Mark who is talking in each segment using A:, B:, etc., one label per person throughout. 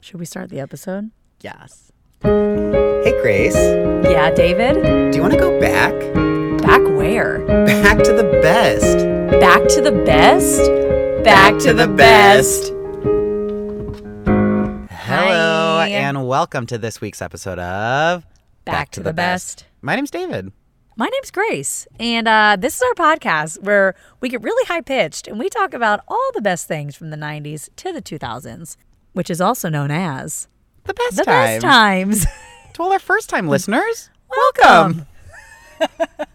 A: Should we start the episode?
B: Yes.
C: Hey, Grace, do
B: Yeah, David?
C: you want to go back?
B: Back where?
C: Back to the best.
B: Back to the best? Back,
C: Hello,
B: Hi.
C: and welcome to this week's episode of
B: Back, to, the, best.
C: My name's David.
B: My name's Grace, and uh, this is our podcast where we get really high pitched and we talk about all the best things from the 90s to the 2000s, which is also known as
C: The best
B: the
C: time.
B: best times.
C: To all our first time listeners,
B: Welcome.
C: welcome.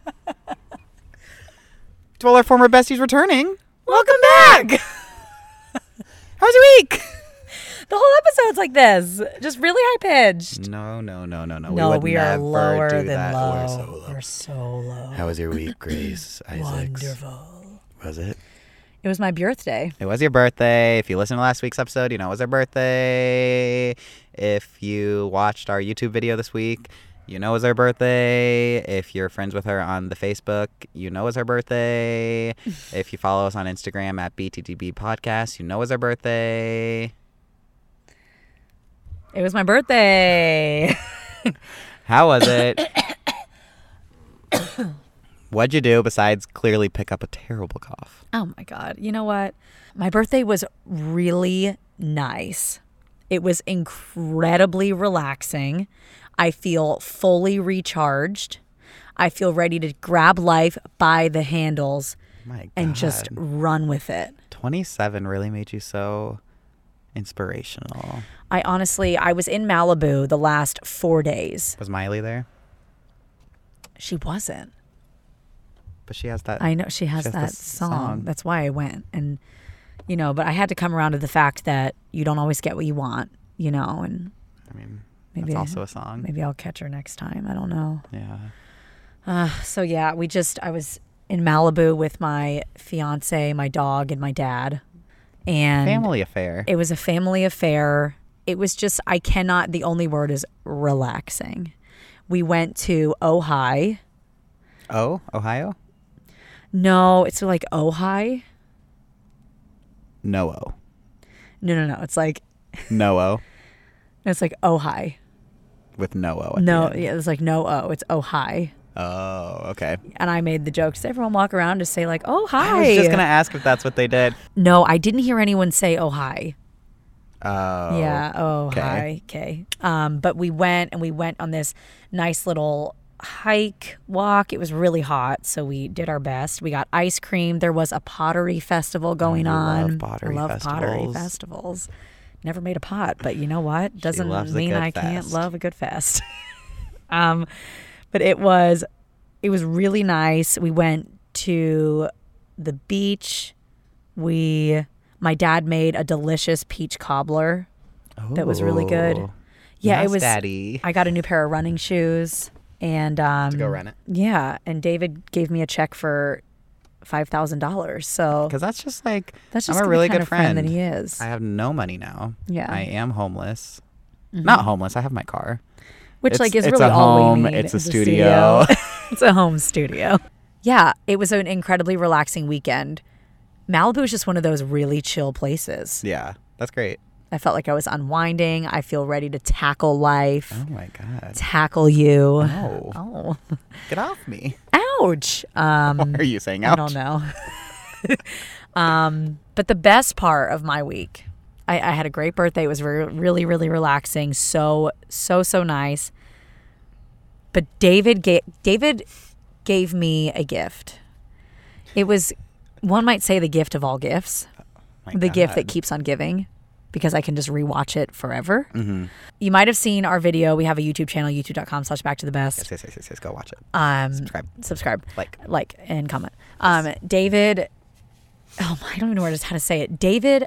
C: to all our former besties returning,
B: Welcome back.
C: how's your week?
B: The whole episode's like this, just really high pitched.
C: No, no, no, no, no.
B: no,
C: we, would
B: we are
C: never
B: lower
C: do
B: than
C: that.
B: low.
C: We're so low.
B: We're so low.
C: How was your week, Grace? Isaacs.
B: Wonderful.
C: Was it?
B: It was my birthday.
C: It was your birthday. If you listened to last week's episode, you know it was our birthday. If you watched our YouTube video this week, you know it was our birthday. If you're friends with her on the Facebook, you know it was our birthday. if you follow us on Instagram at BTTB Podcast, you know it was our birthday.
B: It was my birthday.
C: How was it? What'd you do besides clearly pick up a terrible cough?
B: oh my God. You know what? My birthday was really nice. It was incredibly relaxing. I feel fully recharged. I feel ready to grab life by the handles
C: My God.
B: and just run with it.
C: 27 really made you so inspirational.
B: I honestly, I was in Malibu the last four days.
C: Was Miley there?
B: She wasn't.
C: But she has that.
B: I know she has
C: She has
B: that
C: this
B: song.
C: song.
B: That's why I went. And you know, but I had to come around to the fact that you don't always get what you want, you know, and
C: I mean,
B: Maybe-
C: that's also a song.
B: maybe I'll catch her next time. I don't know.
C: Yeah.
B: So yeah, we just I was in Malibu with my fiance, my dog, and my dad. And
C: Family affair.
B: it was a family affair. It was just I cannot the only word is relaxing. We went to Ojai.
C: oh, Ohio?
B: No, it's like Ojai.
C: No O.
B: No, no, no. It's like
C: No O
B: it's like Ojai.
C: with no O. at
B: No,
C: the end.
B: yeah, it's like no oh, it's oh hi.
C: Oh, okay.
B: And I made the joke. Does everyone walk around to say like oh hi?
C: I was just going to ask if that's what they did.
B: No, I didn't hear anyone say oh hi.
C: Oh.
B: yeah, oh
C: okay.
B: hi. Okay. Um, but we went and we went on this nice little hike walk. It was really hot, so we did our best. We got ice cream. There was a pottery festival going
C: you love
B: on.
C: pottery
B: I love pottery
C: festivals.
B: festivals. Never made a pot, but you know what? Doesn't
C: loves a
B: mean
C: good
B: I can't
C: fest.
B: love a good fest. um, but it was it was really nice. We went to the beach. We my dad made a delicious peach cobbler. That was really good.
C: Ooh.
B: Yeah, it
C: Yes,
B: was
C: Oh. Daddy.
B: I got a new pair of running shoes and um
C: Go rent it.
B: yeah, and David gave me a check for $5,000. So
C: Because that's just like,
B: that's just
C: I'm a
B: the
C: really
B: kind
C: good
B: of friend. that he is.
C: I have no money now.
B: Yeah. Mm-hmm.
C: I am homeless. Not homeless. I have my car.
B: which
C: It's-
B: like is
C: it's
B: really
C: a
B: all we
C: home,
B: need.
C: it's a
B: is
C: studio.
B: it's a home studio. Yeah, it was an incredibly relaxing weekend. Malibu is just one of those really chill places.
C: Yeah. That's great.
B: I felt like I was unwinding. I feel ready to tackle life,
C: Oh, my God.
B: tackle you.
C: No.
B: Oh,
C: Get off me.
B: ouch. Um,
C: Why are you saying
B: I
C: out?
B: don't know. um, but the best part of my week, I, I had a great birthday. It was re- really, really relaxing. So, so, so nice. But David, ga- David gave me a gift. It was, one might say, the gift of all gifts,
C: Oh My
B: the gift
C: God.
B: that keeps on giving, because I can just rewatch it forever.
C: Mm-hmm.
B: You might have seen our video. We have a YouTube channel, youtube.com/slash Back to the Best.
C: Yes, yes, yes, yes, yes. Go watch it.
B: Um,
C: Subscribe.
B: subscribe,
C: Like.
B: like, and comment. Um, David, oh, I don't even know where to, how to say it. David,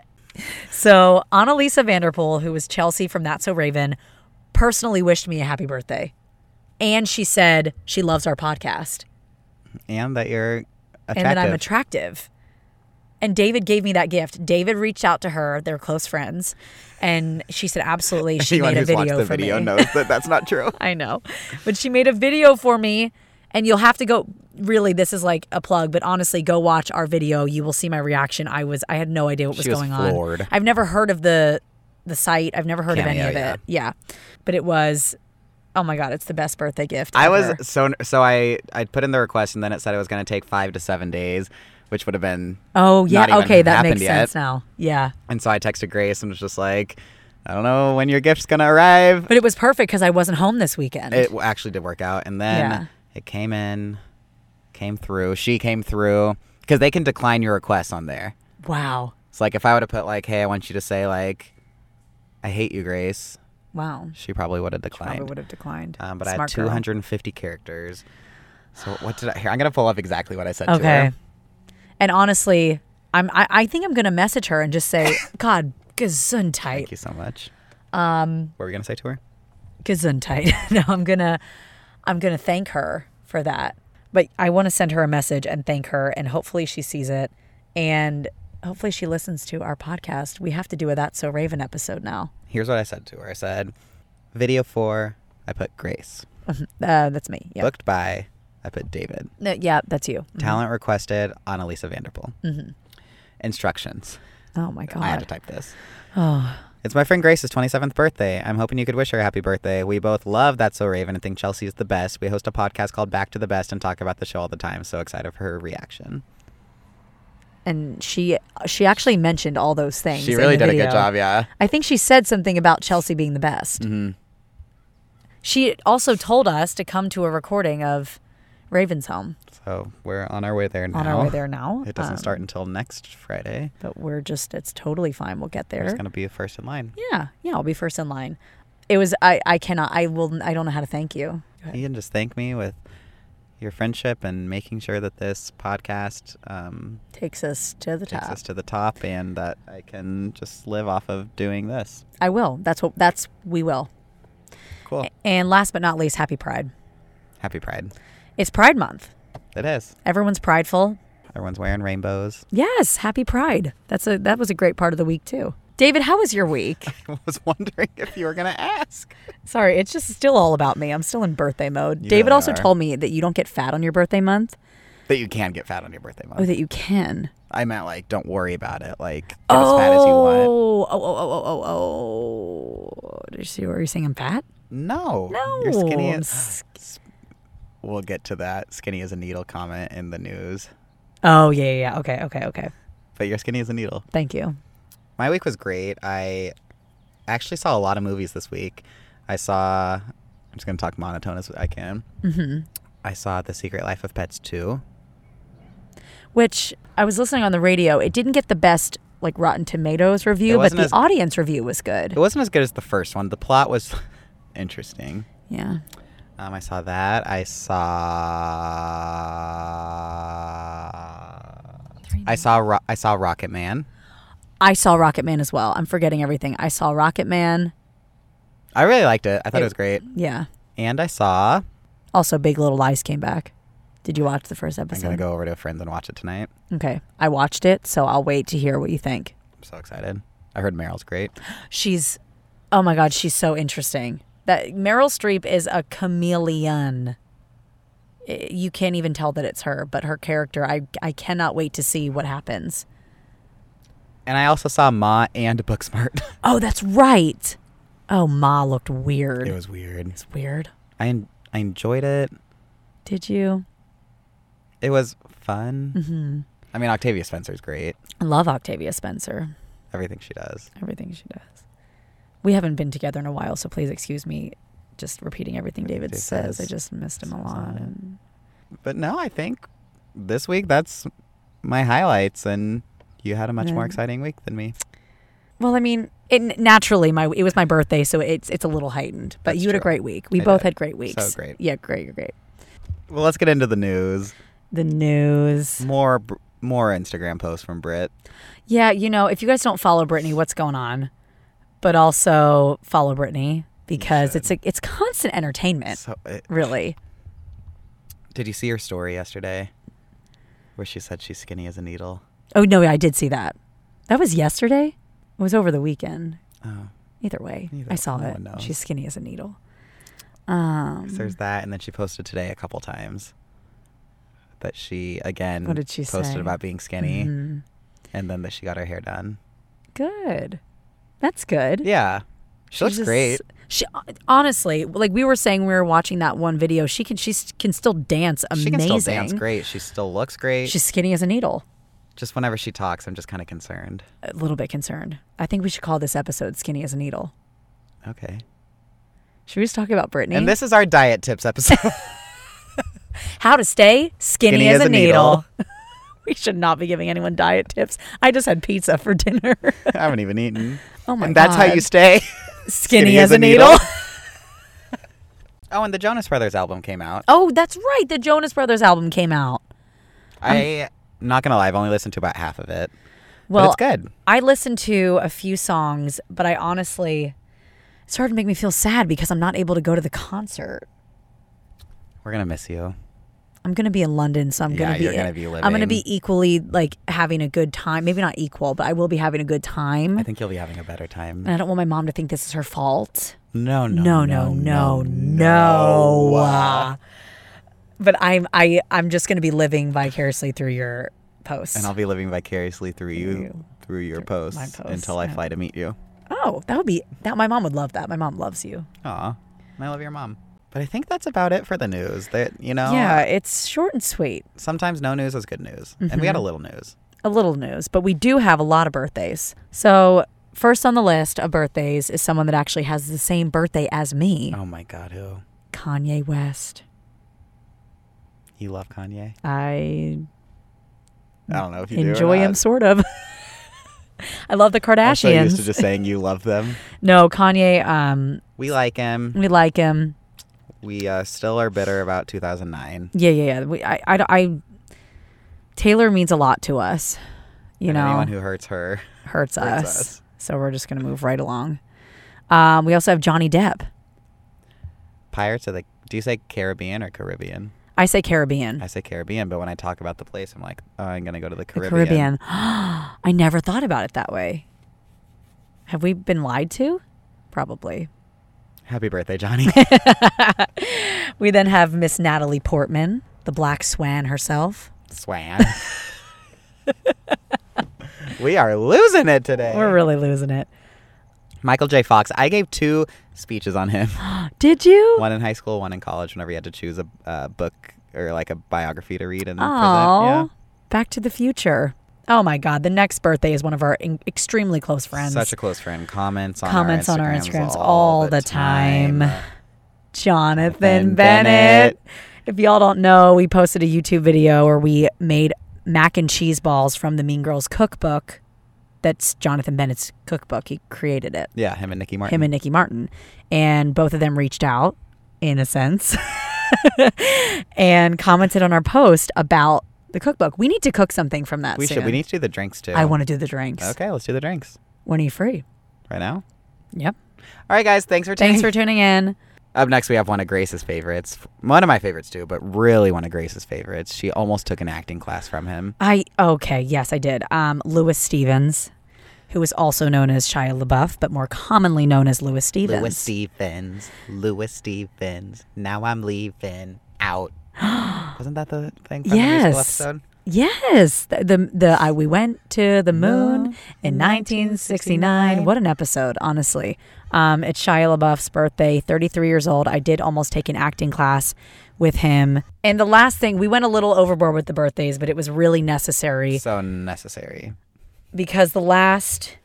B: so Annalisa Vanderpool, who was Chelsea from That's So Raven, personally wished me a happy birthday, and she said she loves our podcast
C: and that you're attractive.
B: and that I'm attractive. And David gave me that gift. David reached out to her; they're close friends, and she said, "Absolutely." She
C: Anyone
B: made a
C: who's watched
B: video
C: the
B: for
C: video
B: me.
C: knows that that's not true.
B: I know. But she made a video for me, and you'll have to go. Really, this is like a plug, but honestly, go watch our video. You will see my reaction. I was, I had no idea what was,
C: She was
B: going
C: floored.
B: on. I've never heard of the the site. I've never heard of
C: Cameo,
B: any of it. Yeah. But it was, oh my God, it's the best birthday gift.
C: I
B: ever.
C: was so so I I put in the request and then it said it was going to take five to seven days, which would have been.
B: Oh, yeah.
C: not even
B: Okay. That
C: happened
B: makes
C: yet.
B: sense now. Yeah.
C: And so I texted Grace and was just like, I don't know when your gift's going to arrive.
B: But it was perfect because I wasn't home this weekend.
C: It w- actually did work out, and then
B: Yeah.
C: it came in, came through. She came through because they can decline your requests on there.
B: wow.
C: It's like if I would have put like, "Hey, I want you to say like, I hate you, Grace."
B: Wow.
C: She probably would have declined.
B: Probably would have declined.
C: Um, but I had
B: Smart girl.
C: 250 characters. So what did I? Here, I'm gonna pull up exactly what I said to
B: Okay.
C: her.
B: And honestly, I'm I, I think I'm gonna message her and just say, God,
C: Thank
B: gesundheit.
C: you so much. Um, what were we gonna say to her?
B: Gesundheit. no, I'm gonna I'm gonna thank her for that. But I wanna send her a message and thank her and hopefully she sees it and hopefully she listens to our podcast. We have to do a That's So Raven episode now.
C: Here's what I said to her. I said, "Video four, I put Grace.
B: Uh, that's me. Yeah.
C: Booked by, I put David.
B: No, yeah, that's you.
C: Talent requested, Annalisa Vanderpool.
B: Mm-hmm.
C: Instructions.
B: Oh my
C: I had to
B: god.
C: type this.
B: Oh.
C: It's my friend Grace's 27th birthday. I'm hoping you could wish her a happy birthday. We both love That's So Raven and think Chelsea is the best. We host a podcast called Back to the Best and talk about the show all the time. So excited for her reaction.
B: And she she actually mentioned all those things.
C: She
B: in
C: really
B: the
C: did a
B: video.
C: good job, Mm-hmm. yeah.
B: I think she said something about Chelsea being the best. She also told us to come to a recording of Raven's Home
C: So we're on our way there now.
B: on our way there now.
C: It doesn't
B: Um,
C: start until next Friday.
B: but we're just, it's totally fine. We'll get
C: It's
B: there.
C: going to be first in line.
B: yeah. Yeah. I'll be first in line. It was, I, I cannot, I will, I don't know how to thank you.
C: You can just thank me with your friendship and making sure that this podcast um,
B: Takes us to the
C: takes
B: top.
C: us to the top and that I can just live off of doing this.
B: I will. That's what, that's, we will.
C: Cool.
B: And last but not least, happy Pride.
C: Happy Pride.
B: It's Pride Month.
C: It is.
B: Everyone's prideful.
C: Everyone's wearing rainbows.
B: Yes. Happy Pride. That's a, that was a great part of the week too. David, how was your week?
C: I was wondering if you were going to ask.
B: Sorry, it's just still all about me. I'm still in birthday mode.
C: You
B: David
C: really
B: also
C: are.
B: told me that you don't get fat on your birthday month,
C: That you can get fat on your birthday month.
B: or that you can.
C: I meant like, don't worry about it. Like, get as fat as you want.
B: Oh, oh, oh, oh, oh, oh, oh. Did you see where you're saying I'm fat?
C: No.
B: No,
C: You're skinny.
B: I'm
C: As, we'll get to that skinny as a needle comment in the news.
B: Oh, yeah, yeah, yeah. Okay, okay, okay.
C: But you're skinny as a needle.
B: Thank you.
C: My week was great. I actually saw a lot of movies this week. I saw. I'm just gonna talk monotone as I can. Mm-hmm. I saw The Secret Life of Pets 2.
B: Which I was listening on the radio. It didn't get the best like Rotten Tomatoes review, but
C: wasn't
B: the
C: as-
B: audience review was good.
C: It wasn't as good as the first one. The plot was interesting.
B: Yeah.
C: Um, I saw that. I saw. I saw. Ro- I saw Rocket Man.
B: I saw Rocket Man as well. I'm forgetting everything. I saw Rocket Man.
C: I really liked it. I thought it was great.
B: Yeah.
C: And I saw.
B: Also, Big Little Lies came back. Did you watch the first
C: I'm
B: episode?
C: gonna go over to a friend's and watch it tonight.
B: Okay. I watched it, so I'll wait to hear what you think.
C: I'm so excited. I heard Meryl's great.
B: She's oh my god, she's so interesting. That Meryl Streep is a chameleon. I- You can't even tell that it's her, but her character, I I cannot wait to see what happens.
C: And I also saw Ma and Booksmart.
B: Oh, that's right. Oh, Ma looked weird.
C: It was weird.
B: it's weird.
C: I en- I enjoyed it.
B: Did you?
C: It was fun. Mm-hmm. I mean, Octavia Spencer's great.
B: I love Octavia Spencer.
C: Everything she does.
B: Everything she does. We haven't been together in a while, so please excuse me just repeating everything David
C: David
B: says.
C: says.
B: I just missed him a lot. And
C: But no, I think this week that's my highlights, and you had a much more
B: Yeah.
C: exciting week than me.
B: Well, I mean, it naturally my it was my birthday, so it's it's a little heightened. But
C: That's
B: you had a
C: true.
B: great week. We
C: I
B: both
C: did.
B: had great weeks.
C: great.
B: Yeah, great, great, great.
C: Well, let's get into the news.
B: The news.
C: More Br- more Instagram posts from Brit.
B: Yeah, you know, if you guys don't follow Brittany, what's going on? But also follow Brittany because it's a, it's constant entertainment,
C: So, uh,
B: really.
C: did you see her story yesterday, where she said she's skinny as a needle?
B: Oh no, I did see that. That was yesterday. It was over the weekend.
C: Oh,
B: Either way,
C: Either
B: I
C: way,
B: saw
C: no
B: it.
C: one knows.
B: She's skinny as a needle.
C: 'cause
B: Um,
C: there's that, and then she posted today a couple times that she again
B: What did she
C: posted
B: say? Mm-hmm.
C: about being skinny,
B: mhm.
C: and then that she got her hair done.
B: good. That's good.
C: Yeah. She, looks
B: just-
C: great.
B: She honestly, like we were saying, we were watching that one video. She can she s- can still dance
C: She
B: amazing.
C: can still dance great. She still looks great.
B: She's skinny as a needle.
C: just whenever she talks, I'm just kind of concerned.
B: A little bit concerned. I think we should call this episode "Skinny as a Needle."
C: Okay.
B: Should we just talk about Brittany?
C: And this is our diet tips episode.
B: How to stay skinny, as, a needle. we should not be giving anyone diet tips. I just had pizza for dinner.
C: I haven't even eaten.
B: oh my
C: and that's how
B: God.
C: you stay.
B: skinny, as, a needle.
C: oh, and the Jonas Brothers album came out.
B: oh, that's right. The Jonas Brothers album came out. Oh, um,
C: I not gonna lie, I've only listened to about half of it.
B: Well,
C: but it's good.
B: I listened to a few songs, but I honestly it started to make me feel sad because I'm not able to go to the concert.
C: We're gonna miss you.
B: I'm gonna be in London, so I'm
C: Yeah,
B: gonna be.
C: you're gonna be
B: I'm gonna
C: living.
B: be equally like having a good time. Maybe not equal, but I will be having a good time.
C: I think you'll be having a better time.
B: and I don't want my mom to think this is her fault.
C: No,
B: No,
C: no,
B: no, no, no.
C: no.
B: Uh, But I'm I I'm just gonna be living vicariously through your posts.
C: And I'll be living vicariously through you,
B: you.
C: through your posts, until I
B: posts, yeah.
C: fly to meet you.
B: oh, that would be that. My mom would love that. My mom loves you.
C: Aw, I love your mom. But I think that's about it for the news. That you know,
B: Yeah, it's short and sweet.
C: sometimes no news is good news, and we got a
B: Mm-hmm.
C: little news.
B: a little news, but we do have a lot of birthdays. So, first on the list of birthdays is someone that actually has the same birthday as me
C: Oh my God, who
B: Kanye West.
C: you love Kanye?
B: I
C: I don't know if you do or
B: enjoy him,
C: not.
B: sort of. I love the
C: I'm so used
B: Kardashians.
C: to just saying you love them.
B: no, Kanye, um,
C: We like him.
B: we like him.
C: We uh, still are bitter about 2009.
B: Yeah, yeah, yeah. We, I, I, I- Taylor means a lot to us, you
C: and
B: know,
C: anyone who hurts her.
B: hurts, us.
C: us.
B: So, we're just going to move right along. Um, we also have Johnny Depp.
C: Pirates of the. Do you say Caribbean or Caribbean?
B: I say Caribbean.
C: I say Caribbean, but when I talk about the place, I'm like, oh, I'm gonna go to the
B: The Caribbean.
C: Caribbean.
B: I never thought about it that way. Have we been lied to? Probably.
C: Happy birthday, Johnny.
B: We then have Miss Natalie Portman, the Black Swan herself.
C: Swan. we are losing it today.
B: We're really losing it.
C: Michael J. Fox. I gave two speeches on him.
B: Did you?
C: one in high school, one in college. Whenever you had to choose a uh, book or like a biography to read and
B: Oh,
C: present. Yeah.
B: Back to the Future. Oh my God! The next birthday is one of our in- extremely close friends.
C: Such a close friend. Comments on
B: Comments
C: our
B: on our
C: Instagrams
B: Instagrams all the time. Jonathan
C: Jonathan Bennett.
B: Bennett. If y'all don't know, we posted a YouTube video where we made mac and cheese balls from the Mean Girls cookbook. That's Jonathan Bennett's cookbook. He created it,
C: Yeah, him and Nikki Martin.
B: him and Nikki Martin. And both of them reached out, in a sense, and commented on our post about the cookbook. We need to cook something from that.
C: we should.
B: soon.
C: We need to do the drinks too.
B: I want to do the drinks.
C: Okay, let's do the drinks
B: When are you free?
C: right now.
B: Yep.
C: All right, guys. Thanks for tuning.
B: Thanks for tuning in.
C: Up next, we have one of Grace's favorites. One of my favorites too, but really one of Grace's favorites. She almost took an acting class from him.
B: I okay, yes, I did. Um, Lewis Stevens, who is also known as Shia LaBeouf, but more commonly known as Lewis Stevens.
C: Lewis Stevens. Lewis Stevens. Now I'm leaving out. Wasn't that the thing from the musical
B: Yes.
C: episode?
B: Yes, the the, the I, we went to the moon in 1969. What an episode, honestly. Um, it's Shia LaBeouf's birthday, 33 years old. I did almost take an acting class with him. And the last thing, we went a little overboard with the birthdays, but it was really necessary
C: So necessary.
B: because the last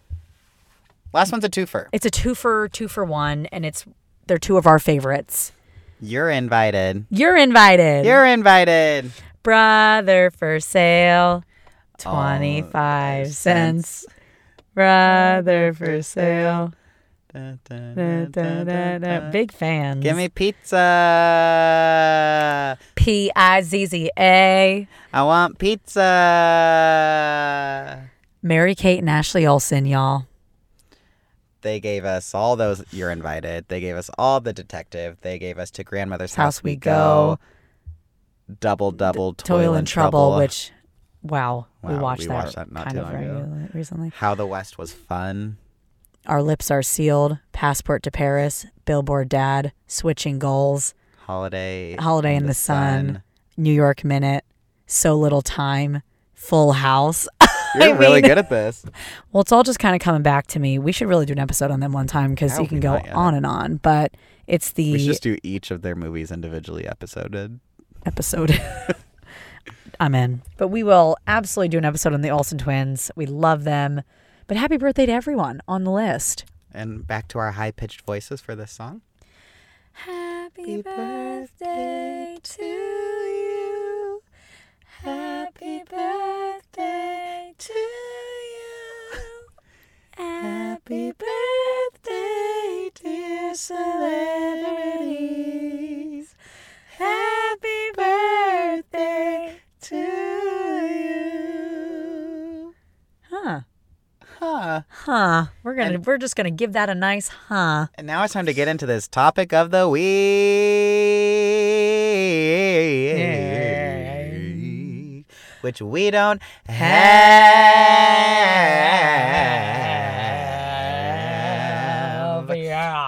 C: Last one's a twofer.
B: it's a two for two for one, and it's they're two of our favorites.
C: You're invited.
B: You're invited.
C: You're invited.
B: Brother for sale, 25 cents. Brother for sale.
C: Dun,
B: Da,
C: dun, dun,
B: da,
C: dun,
B: da,
C: dun,
B: da.
C: dun.
B: Big fans.
C: Give me pizza.
B: P I Z Z A.
C: I want pizza.
B: Mary Kate and Ashley Olsen, y'all.
C: They gave us all those. You're invited. They gave us all the detective. They gave us to grandmother's house, we go. Double double toil,
B: Toil,
C: and
B: and Trouble,
C: trouble.
B: which, wow, we
C: Wow,
B: watched
C: we
B: that,
C: watched that not
B: kind
C: too
B: of
C: long ago.
B: regularly- recently.
C: How the West was fun.
B: Our lips are sealed. Passport to Paris. Billboard Dad. Switching goals.
C: Holiday.
B: Holiday in the, sun, New York Minute, So Little Time, Full House.
C: You're
B: I
C: really
B: mean-
C: good at this.
B: Well, it's all just kind of coming back to me. We should really do an episode on them one time because
C: That
B: you
C: would
B: can
C: be
B: go
C: fun, yeah.
B: on and on. But uh, it's the
C: We should just do each of their movies individually episoded.
B: episode. I'm in. But we will absolutely do an episode on the Olsen twins. We love them. But happy birthday to everyone on the list.
C: And back to our high pitched voices for this song.
B: Happy birthday to you. Happy birthday to you. Happy birthday, dear celebrities. Happy birthday to you. Huh.
C: Huh.
B: Huh. We're gonna we're just gonna give that a nice huh.
C: And now it's time to get into this topic of the week, which we don't have.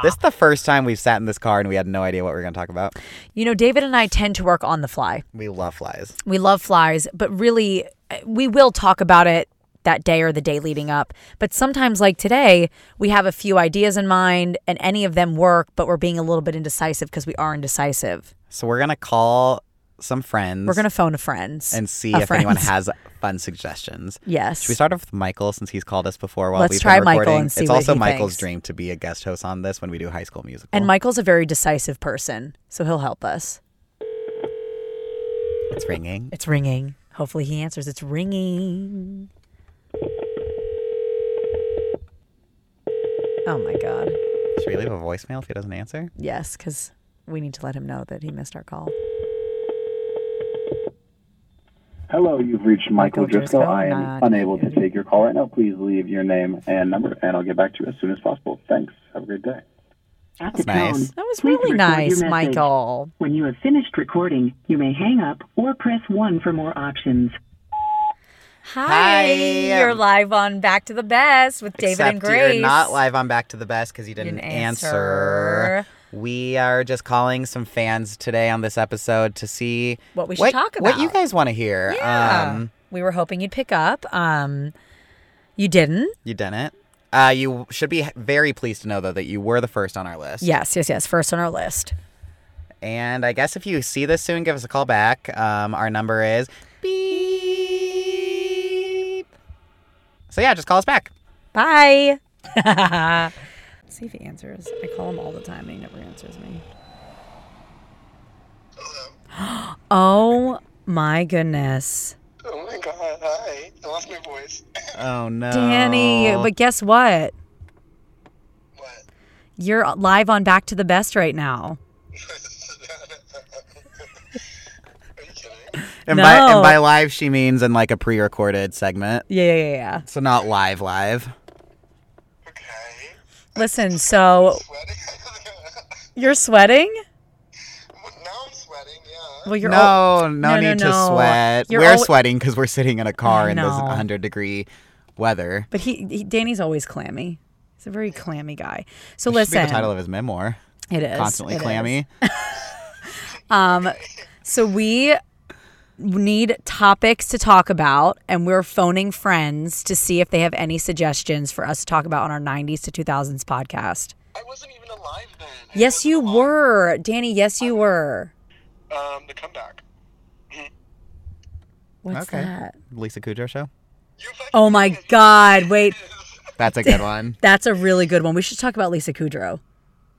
C: This is the first time we've sat in this car and we had no idea what we were going to talk about.
B: You know, David and I tend to work on the fly.
C: We love flies.
B: We love flies, but really, uh, we will talk about it that day or the day leading up. But sometimes, like today, we have a few ideas in mind and any of them work, but we're being a little bit indecisive because we are indecisive.
C: So we're going to call some friends
B: We're going to phone a friend.
C: and see
B: a
C: if anyone
B: friends.
C: has fun suggestions.
B: yes.
C: Should we start off with Michael since he's called us before while
B: Let's
C: we've
B: try
C: been
B: Michael
C: recording?
B: and see
C: it's
B: what
C: also
B: he
C: Michael's
B: thinks.
C: dream to be a guest host on this when we do High School Musical.
B: and Michael's a very decisive person, so he'll help us.
C: it's ringing.
B: It's ringing. Hopefully, he answers. It's ringing. Oh my God.
C: Should we leave a voicemail if he doesn't answer?
B: Yes, because we need to let him know that he missed our call.
A: Hello, you've reached Michael,
B: Michael
A: Driscoll.
B: Driscoll,
A: I am
B: not
A: unable to
B: you.
A: take your call right now. Please leave your name and number, and I'll get back to you as soon as possible. Thanks. Have a great day.
D: At
C: That's
D: the tone,
C: nice.
B: That was
D: please
B: really
D: record
B: nice,
D: your message.
B: Michael.
D: When you have finished recording, you may hang up or press 1 for more options.
B: Hi.
C: Hi.
B: You're live on Back to the Best with David
C: Except
B: and Grace.
C: you're not live on Back to the Best because you didn't,
B: didn't answer.
C: answer. We are just calling some fans today on this episode to see
B: What we should talk
C: What you
B: about.
C: guys want to hear.
B: Yeah.
C: Um,
B: we were hoping you'd pick up. Um, you didn't.
C: you didn't. Uh, you should be very pleased to know though that you were the first on our list.
B: Yes, yes, yes. First on our list.
C: And I guess if you see this soon, give us a call back. Um, our number is beep. So yeah, just call us back.
B: Bye. See if he answers. I call him all the time and he never answers me.
E: Hello.
B: Oh my goodness.
E: Oh my god, hi. I lost my voice.
C: Oh no,
B: Danny,
C: Oh.
B: but guess what?
E: What?
B: You're live on Back to the Best right now.
E: Are you kidding?
C: and by
B: No.
C: and by live she means in like a pre-recorded segment,
B: Yeah, yeah, yeah, yeah.
C: so not live live.
E: Okay.
B: Listen, so
E: Sweating?
B: you're sweating?
E: now I'm sweating, yeah.
B: Well, you're all-
C: no, no,
B: no, no,
C: need
B: no.
C: to sweat.
B: You're
C: We're
B: al-
C: sweating because we're sitting in a car in this
B: know.
C: 100 degree weather.
B: But he, he Danny's always clammy. He's a very clammy guy. So
C: This should be
B: listen,
C: the title of his memoir.
B: it is
C: Constantly
B: it is.
C: clammy.
B: Um, so we need topics to talk about, and we're phoning friends to see if they have any suggestions for us to talk about on our '90s to 2000s podcast.
E: I wasn't even alive then. I
B: Yes,
E: wasn't
B: you
E: alive.
B: were, Danny. Yes, you were.
E: Um, the comeback.
B: What's
C: Okay.
B: that?
C: Lisa Kudrow show.
E: You fucking
B: Oh my
E: did it.
B: God! Wait,
C: That's a good one.
B: that's a really good one. We should talk about Lisa Kudrow.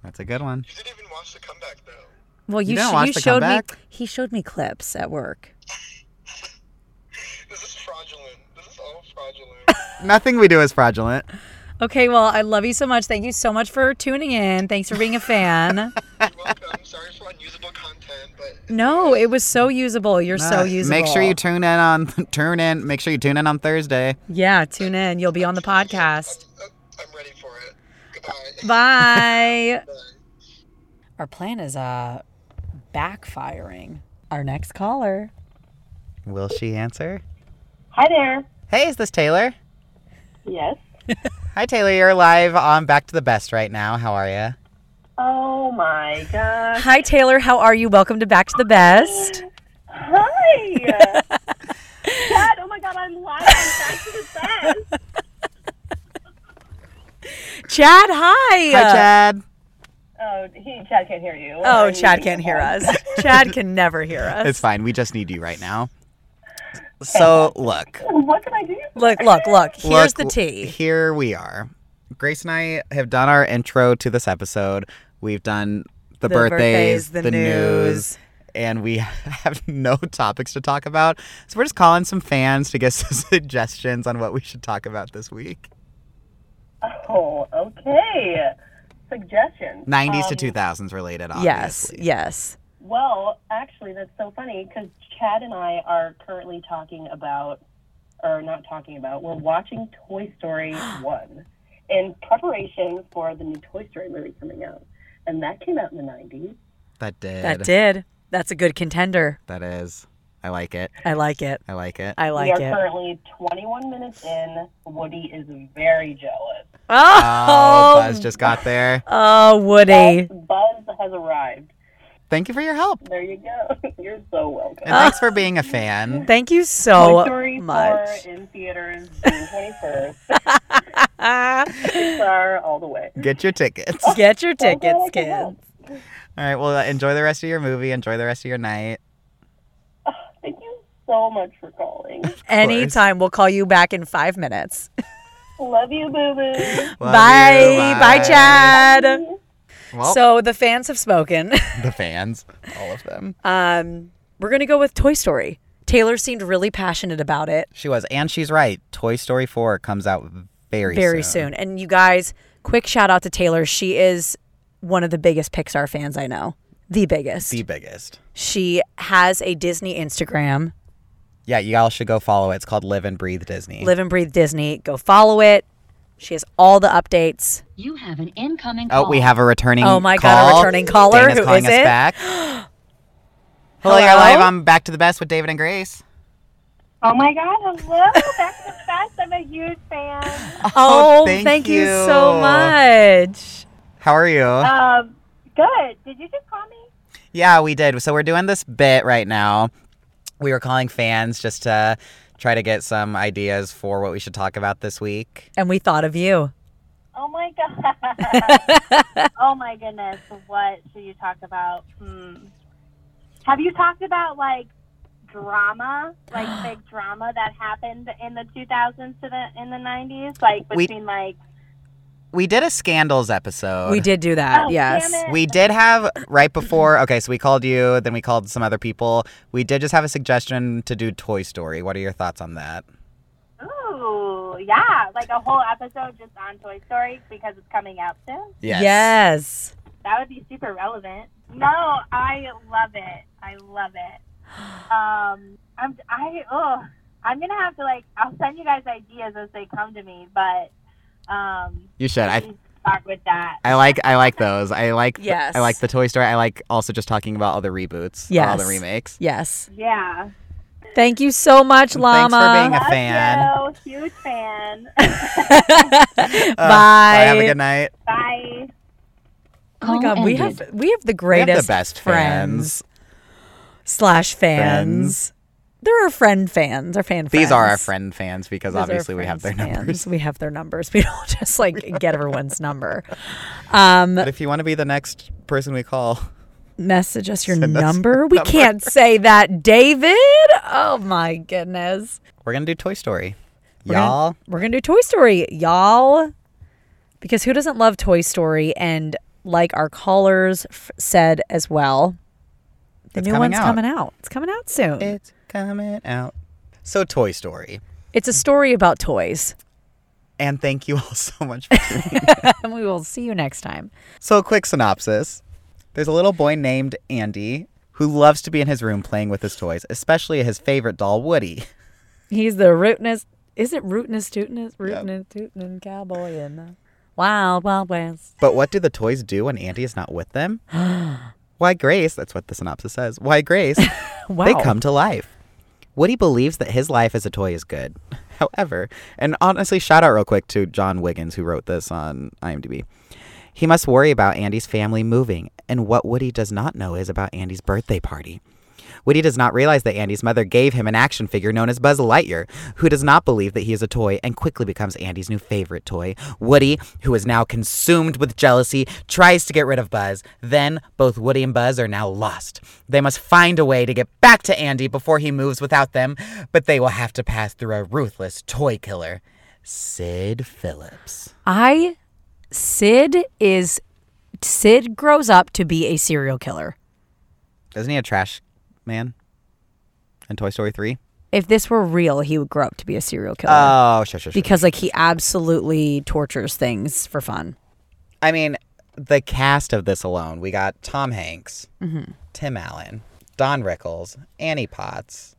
C: That's a good one.
E: You didn't even watch the comeback, though.
B: Well, you,
C: You didn't
B: sh-
C: watch
B: you
C: the
B: showed me.
C: comeback?
B: He showed me clips at work.
E: This is fraudulent. This is all fraudulent.
C: Nothing we do is fraudulent.
B: Okay, well, I love you so much. Thank you so much for tuning in. Thanks for being a fan.
E: You're welcome. Sorry for unusable content, but
B: no, it was so usable. You're so
C: Uh,
B: usable.
C: Make sure you tune in on tune in. Make sure you tune in on Thursday.
B: yeah, tune in. You'll be on the podcast.
E: I'm, uh, I'm ready for it. Goodbye.
B: Bye.
E: Bye.
B: Our plan is uh backfiring. Our next caller.
C: Will she answer?
F: Hi there.
C: Hey, is this Taylor?
F: Yes.
C: Hi, Taylor. You're live on Back to the Best right now. How are you?
F: Oh my gosh.
B: Hi Taylor, how are you? Welcome to Back to the Best.
F: Hi. Chad, oh my god, I I'm laughing back to the best.
B: Chad, hi.
C: Hi, Chad.
F: Oh, he, Chad can't hear you.
B: Oh,
F: Or
B: Chad
F: you
B: can't hear us. Chad can never hear us.
C: It's fine. We just need you right now. So look,
F: Oh, What can I do?
B: Look, look, look. Here's
C: Look,
B: the tea.
C: Here we are. Grace and I have done our intro to this episode. We've done
B: The
C: the, birthdays,
B: birthdays, the
C: the news,
B: news.
C: and we have no topics to talk about. So we're just calling some fans to get some suggestions on what we should talk about this week.
F: Oh, okay. Suggestions.
C: 90s to
F: Um,
C: 2000s related,
B: Yes,
C: obviously.
B: yes.
F: Well, actually, that's so funny because Chad and I are currently talking about, or not talking about, we're watching Toy Story 1 in preparation for the new Toy Story movie coming out. And that came out in the 90s.
C: That did.
B: That did. That's a good contender.
C: That is. I like it.
B: I like it.
C: I like it.
B: I
F: we
B: like
F: are
B: it.
F: currently 21 minutes in. Woody is very jealous.
C: Oh,
B: Oh,
C: Buzz just got there.
B: oh, Woody.
F: Buzz has arrived.
C: Thank you for your help.
F: There you go. You're so welcome.
C: And thanks for being a fan.
B: Thank you
F: Toy
B: so
F: Story
B: Oh, much.
F: 4 in theaters June 21st.
B: Ah,
F: Pixar all the way.
C: Get your tickets.
B: Get your
F: glad I
B: tickets,
F: could help.
B: kids.
C: All right. Well, uh, enjoy the rest of your movie. Enjoy the rest of your night.
F: Thank you so much for calling.
B: Anytime. We'll call you back in five minutes.
F: Love you, boo boo.
C: Love you. Oh.
B: bye. Bye, Chad.
C: Well,
B: So the fans have spoken.
C: the fans, all of them.
B: um, we're going to go with Toy Story. Taylor seemed really passionate about it.
C: She was, and she's right. Toy Story 4 comes out very,
B: very soon. And you guys, quick shout out to Taylor. She is one of the biggest Pixar fans I know. The biggest.
C: The biggest.
B: she has a Disney Instagram,
C: Yeah, y'all should go follow it. It's called Live and Breathe Disney.
B: Live and Breathe Disney. Go follow it. She has all the updates.
G: You have an incoming
C: oh,
G: call.
C: we have a returning.
B: Oh my God, a
C: call.
B: returning caller?
C: Dana's
B: Who
C: calling
B: is
C: us
B: it?
C: back. Hello, you're
B: Hello?
C: live. I'm back to the best with David and Grace.
F: Oh my God, hello. Back to the fest. I'm a huge fan.
B: Oh,
C: thank
B: you.
C: you.
B: so much.
C: How are you?
B: Uh,
F: Um, good. Did you just call me?
C: Yeah, we did. So we're doing this bit right now. We were calling fans just to try to get some ideas for what we should talk about this week.
B: And we thought of you.
H: Oh my god! oh my goodness! What should you talk about? Hmm. Have you talked about like drama, like big drama that happened in the 2000s to the in the 90s, like
C: We-
H: between like
C: We did a scandals episode.
B: We did do that.
H: Oh,
B: yes.
H: damn it.
C: Uh, We did have right before. Okay, so we called you, then we called some other people. We did just have a suggestion to do Toy Story. What are your thoughts on that?
H: ooh yeah, like a whole episode just on Toy Story because it's coming out soon.
B: Yes.
H: That would be super relevant. No, I love it. I love it. Um, I'm I oh, I'm gonna have to like I'll send you guys ideas as they come to me, but um,
C: You should. I
H: please start with that.
C: I like I like those. I like th-
B: Yes.
C: I like the Toy Story. I like also just talking about all the reboots, all the
B: Yes.
C: remakes.
B: Yes.
H: Yeah,
B: Thank you so much,
C: And
B: Llama.
C: thanks for being a
H: Love
C: fan.
H: you. Huge fan.
B: bye.
C: Uh, Have a good night.
H: Bye.
B: Oh my
G: Call
B: god, we have
G: ended.
B: we have the
C: We have
B: greatest
C: the best
B: friends.
C: fans.
B: slash fans. They're our friend fans. Our fan.
C: These are our
B: friends.
C: friend fans because
B: These are
C: obviously we have their
B: friends
C: numbers.
B: fans. We have their numbers. We don't just like get everyone's number. Um,
C: But if you want to be the next person we call,
B: message us your
C: Send us your
B: number. We
C: number.
B: can't say that, David. Oh my goodness.
C: we're gonna do Toy Story.
B: We're gonna-
C: Y'all,
B: we're gonna do Toy Story, y'all, because who doesn't love Toy Story? And like our callers f- said as well, the
C: It's
B: new
C: coming
B: one's
C: out.
B: coming out. It's coming out soon.
C: it's coming out. So Toy Story.
B: it's a story about toys,
C: And thank you all so much for tuning in.
B: and we will see you next time.
C: So, a quick synopsis there's a little boy named Andy who loves to be in his room playing with his toys, especially his favorite doll, Woody.
B: He's the rootness. Is it rootness, tootness, rootness, tootin' cowboy in the wild, wild west?
C: But what do the toys do when Andy is not with them? Why, Grace, that's what the synopsis says. Why, Grace,
B: Wow.
C: they come to life. Woody believes that his life as a toy is good. However, and honestly, shout out real quick to John Wiggins, who wrote this on IMDb. He must worry about Andy's family moving, and what Woody does not know is about Andy's birthday party. Woody does not realize that Andy's mother gave him an action figure known as Buzz Lightyear, who does not believe that he is a toy and quickly becomes Andy's new favorite toy. Woody, who is now consumed with jealousy, tries to get rid of Buzz. Then both Woody and Buzz are now lost. They must find a way to get back to Andy before he moves without them, but they will have to pass through a ruthless toy killer, Sid Phillips.
B: I Sid is Sid grows up to be a serial killer.
C: Isn't he a trash man in Toy Story 3?
B: If this were real, he would grow up to be a serial killer
C: Oh, sure, sure, sure.
B: because like he absolutely tortures things for fun.
C: I mean, the cast of this alone, we got Tom Hanks, Tim Allen, Don Rickles, Annie Potts,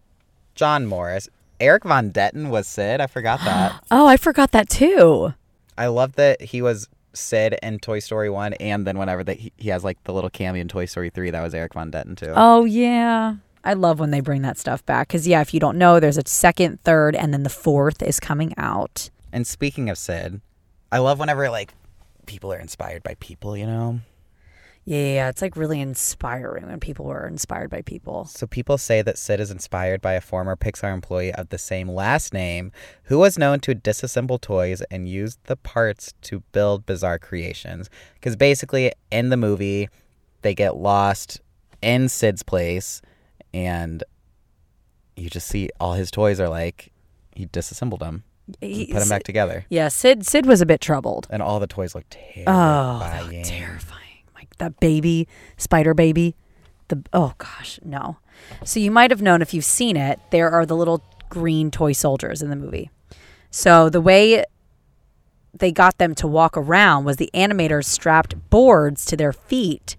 C: John Morris. Eric Von Detten was Sid. I forgot that.
B: Oh, I forgot that too.
C: I love that he was Sid in Toy Story 1 and then whenever that he, he has like the little cameo in Toy Story 3 that was Eric Von Detten too.
B: Oh yeah. I love when they bring that stuff back cuz yeah, if you don't know, there's a second, third, and then the fourth is coming out.
C: And speaking of Sid, I love whenever like people are inspired by people, you know?
B: Yeah, yeah, yeah, it's like really inspiring when people were inspired by people.
C: So people say that Sid is inspired by a former Pixar employee of the same last name who was known to disassemble toys and use the parts to build bizarre creations. Because basically, in the movie, they get lost in Sid's place, and you just see all his toys are like he disassembled them,
B: He-
C: put them back together,
B: Yeah, Sid Sid was a bit troubled.
C: and all the toys look
B: Oh, that
C: terrifying.
B: looked terrifying. Like that baby, spider baby. The oh gosh, no. So you might have known if you've seen it, there are the little green toy soldiers in the movie. So the way they got them to walk around was the animators strapped boards to their feet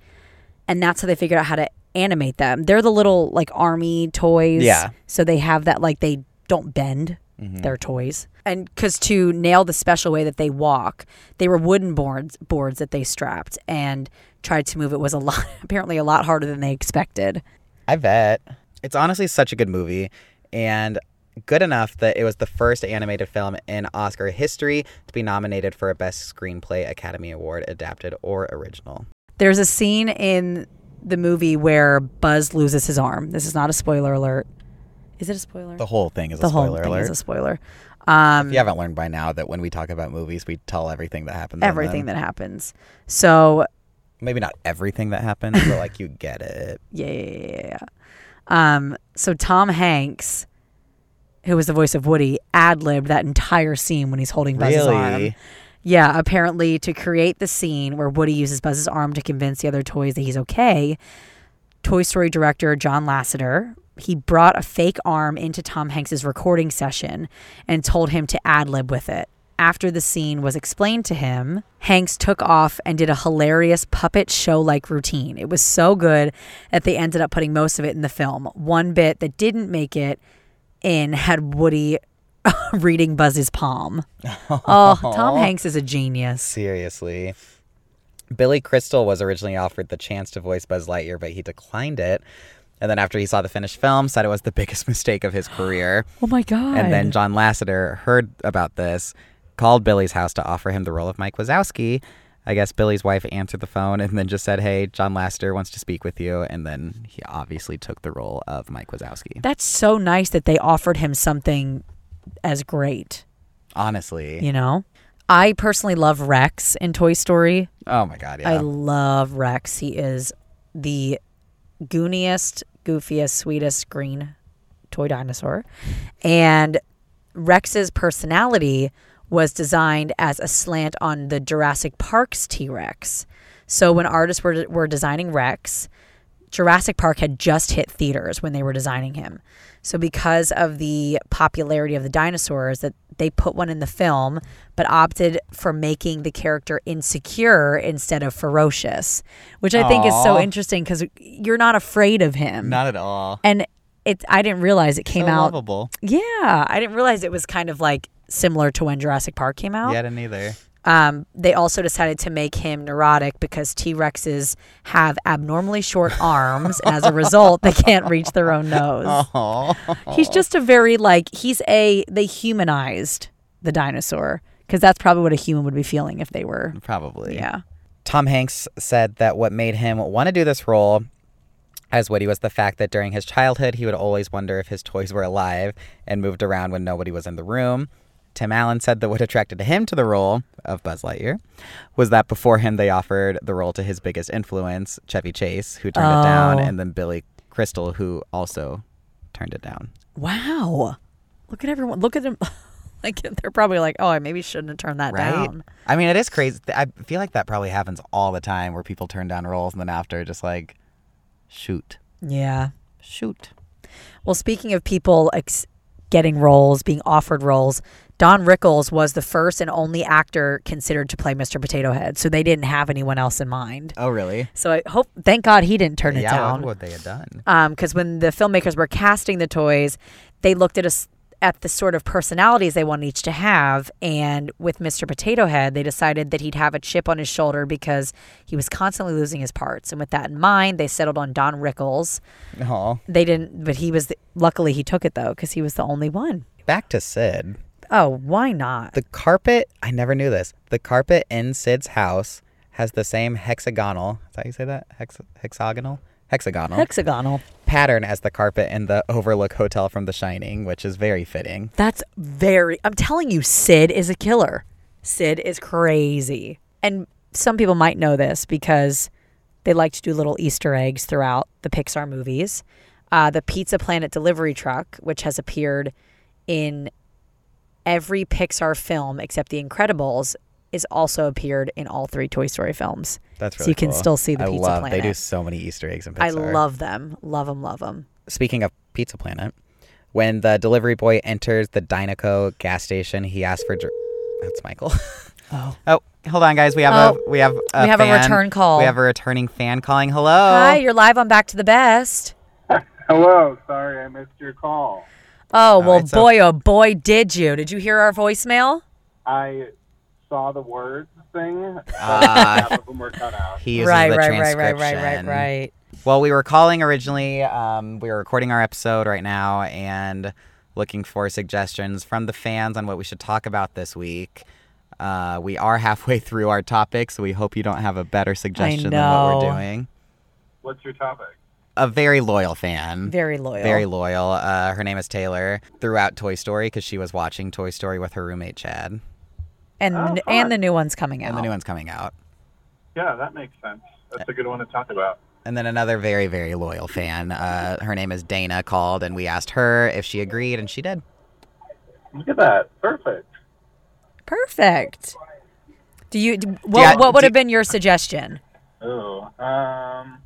B: and that's how they figured out how to animate them. They're the little like army toys.
C: Yeah.
B: So they have that like they don't bend their toys. And because to nail the special way that they walk, they were wooden boards boards that they strapped and tried to move. It was a lot apparently a lot harder than they expected.
C: I bet. It's honestly such a good movie and good enough that it was the first animated film in Oscar history to be nominated for a Best Screenplay Academy Award, adapted or original.
B: There's a scene in the movie where Buzz loses his arm. This is not a spoiler alert. Is it a spoiler?
C: The whole thing is
B: The
C: a
B: whole
C: spoiler
B: thing
C: alert.
B: is a spoiler. Um,
C: if you haven't learned by now that when we talk about movies, we tell everything that happens. in
B: everything
C: them.
B: that happens. So
C: maybe not everything that happens, but like you get it.
B: yeah, yeah, yeah, yeah, yeah. Um, so Tom Hanks, who was the voice of Woody, ad libbed that entire scene when he's holding Buzz's arm.
C: Really?
B: Yeah, apparently to create the scene where Woody uses Buzz's arm to convince the other toys that he's okay, Toy Story director John Lasseter, he brought a fake arm into Tom Hanks's recording session and told him to ad lib with it. After the scene was explained to him, Hanks took off and did a hilarious puppet show like routine. It was so good that they ended up putting most of it in the film. One bit that didn't make it in had Woody reading Buzz's palm. Oh, Tom Hanks is a genius.
C: Seriously. Billy Crystal was originally offered the chance to voice Buzz Lightyear, but he declined it. And then after he saw the finished film, said it was the biggest mistake of his career.
B: Oh my God.
C: And then John Lasseter heard about this, called Billy's house to offer him the role of Mike Wazowski. I guess Billy's wife answered the phone and then just said, "Hey, John Lasseter wants to speak with you." And then he obviously took the role of Mike Wazowski.
B: That's so nice that they offered him something as great,
C: Honestly,
B: you know? I personally love Rex in Toy Story.
C: oh my god, yeah.
B: I love Rex. He is the gooniest, goofiest, sweetest green toy dinosaur. And Rex's personality was designed as a slant on the Jurassic Park's T Rex. So when artists were, were designing Rex, Jurassic Park had just hit theaters when they were designing him. So because of the popularity of the dinosaurs that they put one in the film but opted for making the character insecure instead of ferocious, which I think is so
C: Aw.
B: interesting cuz you're not afraid of him.
C: Not at all.
B: and it I didn't realize it came
C: so
B: out
C: lovable.
B: yeah, I didn't realize it was kind of like similar to when Jurassic Park came out.
C: Yeah, I didn't either.
B: Um, they also decided to make him neurotic because T Rexes have abnormally short arms, and as a result, they can't reach their own nose.
C: Aw.
B: He's just a very like he's a they humanized the dinosaur because that's probably what a human would be feeling if they were.
C: Probably.
B: Yeah,
C: Tom Hanks said that what made him want to do this role as Woody was the fact that during his childhood, he would always wonder if his toys were alive and moved around when nobody was in the room. Tim Allen said that what attracted him to the role of Buzz Lightyear was that before him, they offered the role to his biggest influence, Chevy Chase, who turned it down,
B: Oh.
C: and then Billy Crystal, who also turned it down.
B: Wow. Look at everyone. Look at them. like they're probably like, oh, I maybe shouldn't have turned that
C: Right?
B: down.
C: I mean, it is crazy. Th- I feel like that probably happens all the time where people turn down roles and then after just like, shoot,
B: Yeah.
C: shoot.
B: Well, speaking of people ex- getting roles, being offered roles, Don Rickles was the first and only actor considered to play Mr. Potato Head, so they didn't have anyone else in mind.
C: Oh, really?
B: So I hope, thank God, he didn't turn it
C: yeah,
B: down.
C: what would they have done?
B: because when the filmmakers were casting the toys, they looked at us at the sort of personalities they wanted each to have, and with Mr. Potato Head, they decided that he'd have a chip on his shoulder because he was constantly losing his parts. And with that in mind, they settled on Don Rickles.
C: Oh,
B: They didn't, but he was the, luckily he took it though because he was the only one.
C: back to Sid.
B: Oh, why not?
C: The carpet, I never knew this. The carpet in Sid's house has the same hexagonal, is that how you say that? Hex- hexagonal? Hexagonal
B: Hexagonal.
C: pattern as the carpet in the Overlook Hotel from The Shining, which is very fitting.
B: That's very. I'm telling you, Sid is a killer. Sid is crazy. And some people might know this because they like to do little Easter eggs throughout the Pixar movies. Uh, the Pizza Planet delivery truck, which has appeared in every Pixar film except The Incredibles, is also appeared in all three Toy Story films.
C: That's
B: So
C: really
B: you can
C: cool.
B: still see the
C: I
B: Pizza
C: love, They do
B: Planet.
C: so many Easter eggs in Pixar.
B: I love them. Love them, love them.
C: speaking of Pizza Planet, when the delivery boy enters the Dynaco gas station, he asks for. Dr- That's Michael.
B: Oh.
C: Oh, hold on, guys. We have
B: Oh.
C: a we have a
B: We have a
C: fan-
B: return call.
C: We have a returning fan calling. Hello.
B: Hi, you're live on Back to the Best.
G: Hello, sorry I missed your call.
B: Oh, well,
C: right, so-
B: boy, oh, boy, did you. Did you hear our voicemail?
G: I saw the words thing.
C: Ah.
G: half of them were cut out.
C: He uses
B: right,
C: the
B: right, right,
C: transcription.
B: right, right, right, right.
C: Well, we were calling originally. Um, we were recording our episode right now and looking for suggestions from the fans on what we should talk about this week. Uh, we are halfway through our topic, so we hope you don't have a better suggestion than what
B: know.
C: we're doing.
G: What's your topic?
C: A very loyal fan.
B: Very loyal.
C: Very loyal. Uh, her name is Taylor. Throughout Toy Story, because she was watching Toy Story with her roommate Chad,
B: And
G: Oh,
B: and
G: fun.
B: the new one's coming out.
C: and the new one's coming out.
G: Yeah, that makes sense. That's a good one to talk about.
C: And then another very, very loyal fan. Uh, her name is Dana. Called, and we asked her if she agreed, and she did.
G: Look at that. Perfect.
B: Perfect. Do you do, what,
C: Yeah,
B: what would
C: do-
B: have been your suggestion?
G: Ooh. Um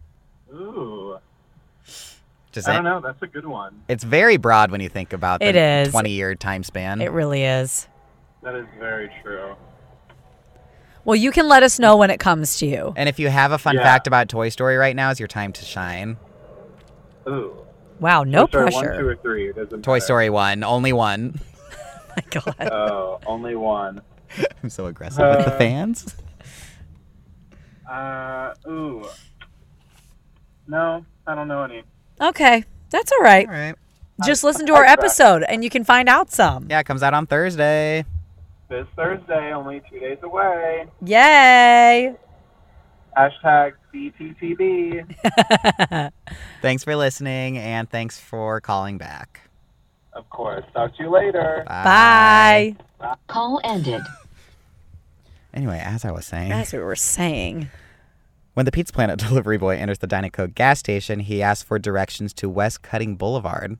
G: Ooh.
C: Just
G: I don't know, that's a good one.
C: It's very broad when you think about the
B: It is.
C: 20 year time span.
B: It really is.
G: That is very true.
B: Well, you can let us know when it comes to you.
C: and if you have a fun
G: Yeah.
C: fact about Toy Story right now, is your time to shine.
G: Ooh.
B: Wow, no
G: Toy Story
B: pressure.
G: One, two, or three. It doesn't
C: Toy
G: matter.
C: Story 1, only one.
B: My God.
G: Oh, only one.
C: I'm so aggressive with the
G: Uh,
C: fans.
G: Uh ooh. No, I don't know any.
B: Okay, that's all right.
C: All right.
B: Just listen to our episode, and you can find out some.
C: Yeah, it comes out on Thursday.
G: This Thursday, only two days away.
B: Yay!
G: Hashtag BTTB.
C: Thanks for listening and thanks for calling back.
G: Of course. Talk to you later.
C: Bye.
B: Bye.
D: Call ended.
C: Anyway, as I was saying,
B: That's what we're saying.
C: when the Pizza Planet delivery boy enters the Dynaco gas station, he asks for directions to West Cutting Boulevard.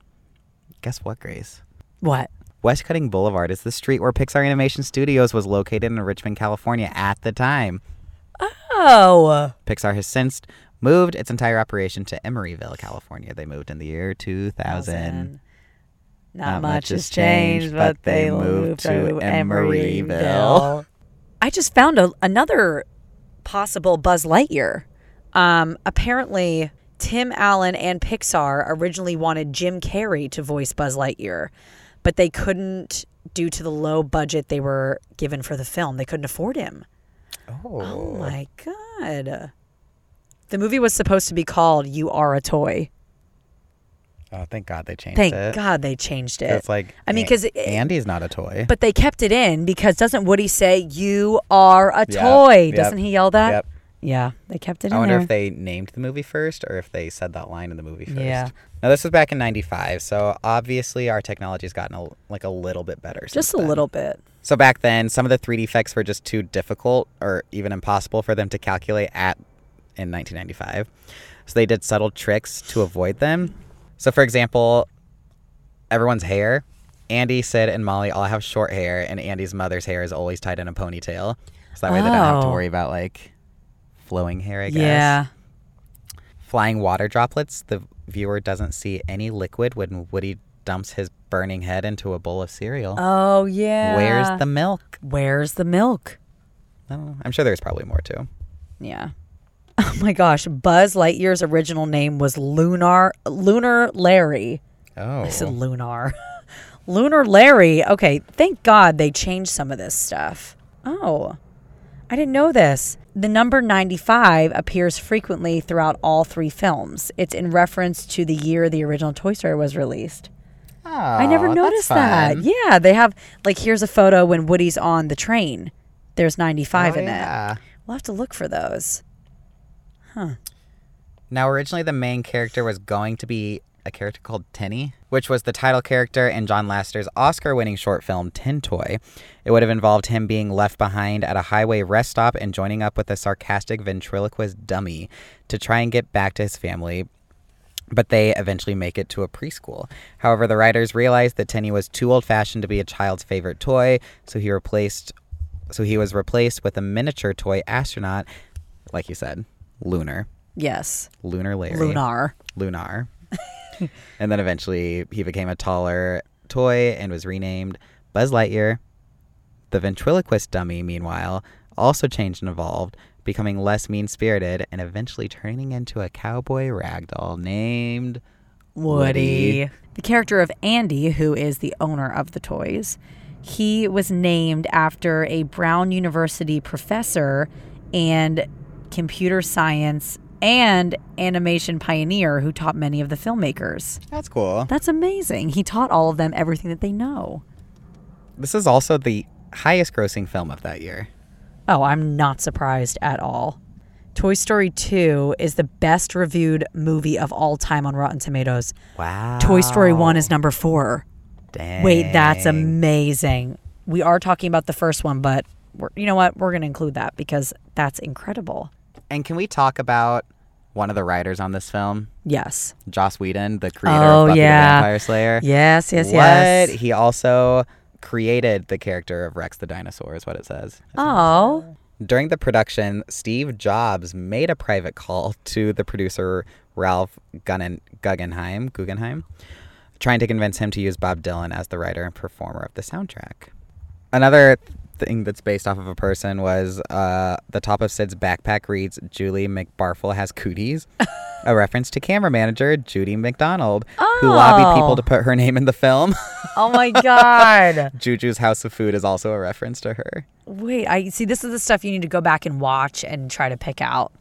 C: Guess what, Grace?
B: What?
C: West Cutting Boulevard is the street where Pixar Animation Studios was located in Richmond, California at the time.
B: Oh,
C: Pixar has since moved its entire operation to Emeryville, California. They moved in the year 2000.
B: Not, much has changed, but they moved to Emeryville. I just found a, another possible Buzz Lightyear. Um, apparently, Tim Allen and Pixar originally wanted Jim Carrey to voice Buzz Lightyear, but they couldn't due to the low budget they were given for the film. They couldn't afford him. Oh my God. The movie was supposed to be called You Are a Toy.
C: Oh, thank God they changed
B: Thank
C: it.
B: God they changed it.
C: It's like
B: Uh, I mean,
C: A-
B: 'cause it-
C: Andy's not a toy.
B: But they kept it in because doesn't Woody say you are a
C: Yep,
B: toy?
C: yep,
B: Doesn't he yell that?
C: yep.
B: Yeah, they kept it
C: I
B: in
C: wonder
B: there.
C: if they named the movie first or if they said that line in the movie first.
B: Yeah.
C: Now this was back in '95, so obviously our technology's gotten a, like a little bit better.
B: Just
C: since
B: a
C: then.
B: little bit.
C: So back then, some of the 3D effects were just too difficult or even impossible for them to calculate at in 1995. So they did subtle tricks to avoid them. So for example, everyone's hair. Andy, Sid, and Molly all have short hair, and Andy's mother's hair is always tied in a ponytail. So that way they don't have to
B: Oh.
C: worry about like flowing hair. I guess
B: Yeah.
C: flying water droplets, the viewer doesn't see any liquid when Woody dumps his burning head into a bowl of cereal.
B: Oh yeah.
C: Where's the milk?
B: Where's the milk?
C: Oh, I'm sure there's probably more too.
B: Yeah. Oh my gosh, Buzz Lightyear's original name was Lunar Lunar Larry.
C: Oh,
B: I said Lunar. Lunar Larry. Okay, thank God they changed some of this stuff. Oh. I didn't know this. The number 95 appears frequently throughout all three films. It's in reference to the year the original Toy Story was released.
C: Oh,
B: I never noticed that. Yeah, they have like here's a photo when Woody's on the train. There's 95
C: Oh,
B: in it. We'll have to look for those.
C: Now, originally, the main character was going to be a character called Tinny, which was the title character in John Lasseter's Oscar winning short film, Tin Toy. It would have involved him being left behind at a highway rest stop and joining up with a sarcastic ventriloquist dummy to try and get back to his family. But they eventually make it to a preschool. However, the writers realized that Tinny was too old fashioned to be a child's favorite toy, so he replaced so he was replaced with a miniature toy astronaut, like you said, Lunar.
B: Yes.
C: Lunar Larry.
B: Lunar.
C: Lunar. and then eventually he became a taller toy and was renamed Buzz Lightyear. The ventriloquist dummy, meanwhile, also changed and evolved, becoming less mean spirited and eventually turning into a cowboy ragdoll named. Woody.
B: Woody. The character of Andy, who is the owner of the toys, he was named after a Brown University professor and computer science and animation pioneer who taught many of the filmmakers.
C: That's cool.
B: That's amazing. He taught all of them everything that they know.
C: This is also the highest grossing film of that year.
B: Oh, I'm not surprised at all. Toy Story 2 is the best reviewed movie of all time on Rotten Tomatoes.
C: Wow.
B: Toy Story 1 is number 4.
C: Dang.
B: Wait, that's amazing. We are talking about the first one, but we're, you know what? We're going to include that because that's incredible.
C: And can we talk about one of the writers on this film?
B: Yes.
C: Joss Whedon, the creator
B: Oh,
C: of Buffy
B: yeah.
C: the Vampire Slayer.
B: Yes, yes,
C: what?
B: yes.
C: He also created the character of Rex the dinosaur, is what it says.
B: Oh,
C: During the production, Steve Jobs made a private call to the producer Ralph Gunnan- Guggenheim, Guggenheim, trying to convince him to use Bob Dylan as the writer and performer of the soundtrack. Another thing that's based off of a person was uh, the top of Sid's backpack reads Julie McBarfel has cooties, a reference to camera manager Judy McDonald, who lobbied people
B: Oh.
C: to put her name in the film.
B: oh my God.
C: Juju's House of Food is also a reference to her.
B: Wait, I see. This is the stuff you need to go back and watch and try to pick out.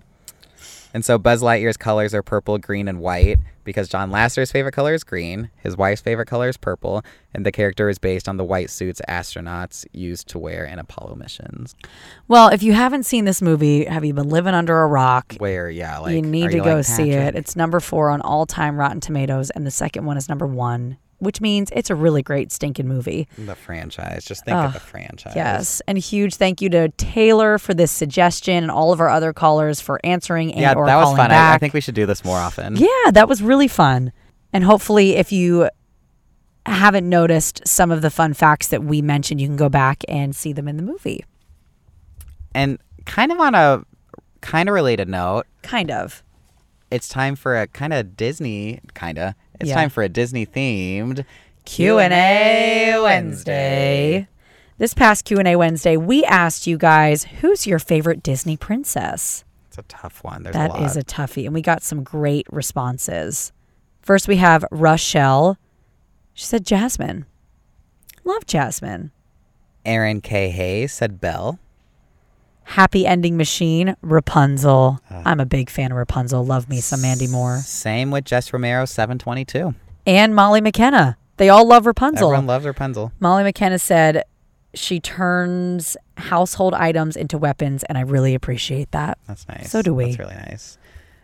C: And so Buzz Lightyear's colors are purple, green, and white because John Lasseter's favorite color is green, his wife's favorite color is purple, and the character is based on the white suits astronauts used to wear in Apollo missions.
B: Well, if you haven't seen this movie, have you been living under a rock?
C: Where, yeah, like
B: you
C: are
B: need to go
C: like,
B: see it.
C: "Patrick,
B: It's number four on all time Rotten Tomatoes, and the second one is number one, which means it's a really great stinking movie.
C: The franchise. Just think of the franchise.
B: Yes, and a huge thank you to Taylor for this suggestion, and all of our other callers for answering and
C: Yeah,
B: or
C: that was
B: calling
C: fun. I,
B: back.
C: I think we should do this more often.
B: yeah, that was really fun, and hopefully, if you haven't noticed some of the fun facts that we mentioned, you can go back and see them in the movie.
C: And kind of on a kind of related note,
B: Kind of.
C: it's time for a kind of Disney kind of. It's
B: Yeah.
C: time for a Disney themed
B: Q&A Wednesday. This past Q&A Wednesday, we asked you guys, who's your favorite Disney princess?
C: It's a tough one. There's a
B: That
C: lot.
B: is a toughie. And we got some great responses. First, we have Rochelle. She said Jasmine. Love Jasmine.
C: Aaron K. Hayes said Belle.
B: Happy Ending Machine, Rapunzel.
C: Ah.
B: I'm a big fan of Rapunzel. Love me some Mandy Moore.
C: Same with Jess Romero, 722.
B: And Molly McKenna. They all love Rapunzel.
C: Everyone loves Rapunzel.
B: Molly McKenna said she turns household items into weapons, and I really appreciate that.
C: That's nice.
B: So do we.
C: That's really nice.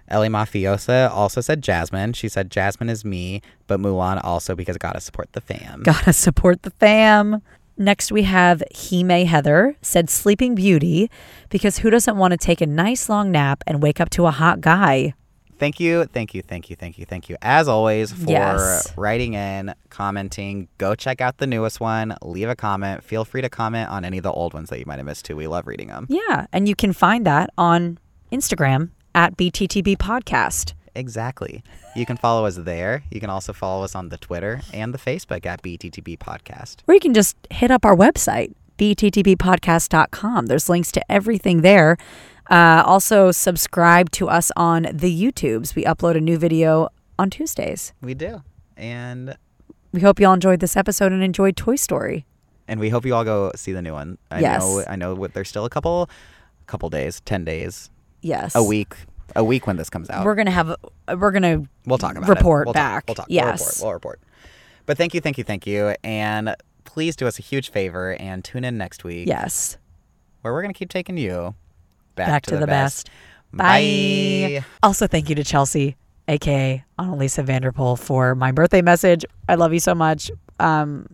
C: Ellie Mafiosa also said Jasmine. She said Jasmine is me, but Mulan also because gotta support the fam.
B: Gotta support the fam. Next, we have Hime Heather said Sleeping Beauty because who doesn't want to take a nice long nap and wake up to a hot guy?
C: Thank you, thank you, thank you, thank you, thank you, as always, for
B: Yes.
C: writing in, commenting. Go check out the newest one, leave a comment. Feel free to comment on any of the old ones that you might have missed too. We love reading them.
B: Yeah. And you can find that on Instagram at BTTB Podcast.
C: Exactly. You can follow us there. You can also follow us on the Twitter and the Facebook at BTTB Podcast.
B: Or you can just hit up our website, bttbpodcast.com. There's links to everything there. Uh, also, subscribe to us on the YouTubes. We upload a new video on Tuesdays.
C: We do. And
B: We hope y'all enjoyed this episode and enjoyed Toy Story.
C: and we hope you all go see the new one. I
B: Yes.
C: know I know what there's still a couple couple days, 10 days,
B: Yes.
C: a week, a week when this comes out.
B: We're going to have, we're going to
C: We'll talk about
B: report
C: it. We'll talk-
B: back.
C: We'll talk. We'll report.
B: Yes.
C: We'll report. But thank you, thank you, thank you. And please do us a huge favor and tune in next week
B: Yes.
C: where we're going to keep taking you back,
B: Back to, the, best. Bye.
C: Bye.
B: Also, thank you to Chelsea, aka Annalisa Vanderpool, for my birthday message. I love you so much. Um,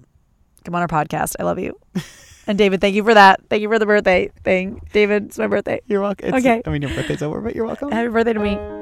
B: come on our podcast. I love you. and David, thank you for that. Thank you for the birthday thing. David, it's my birthday.
C: You're welcome.
B: Okay.
C: I mean, your birthday's over, but you're welcome.
B: Happy birthday to me.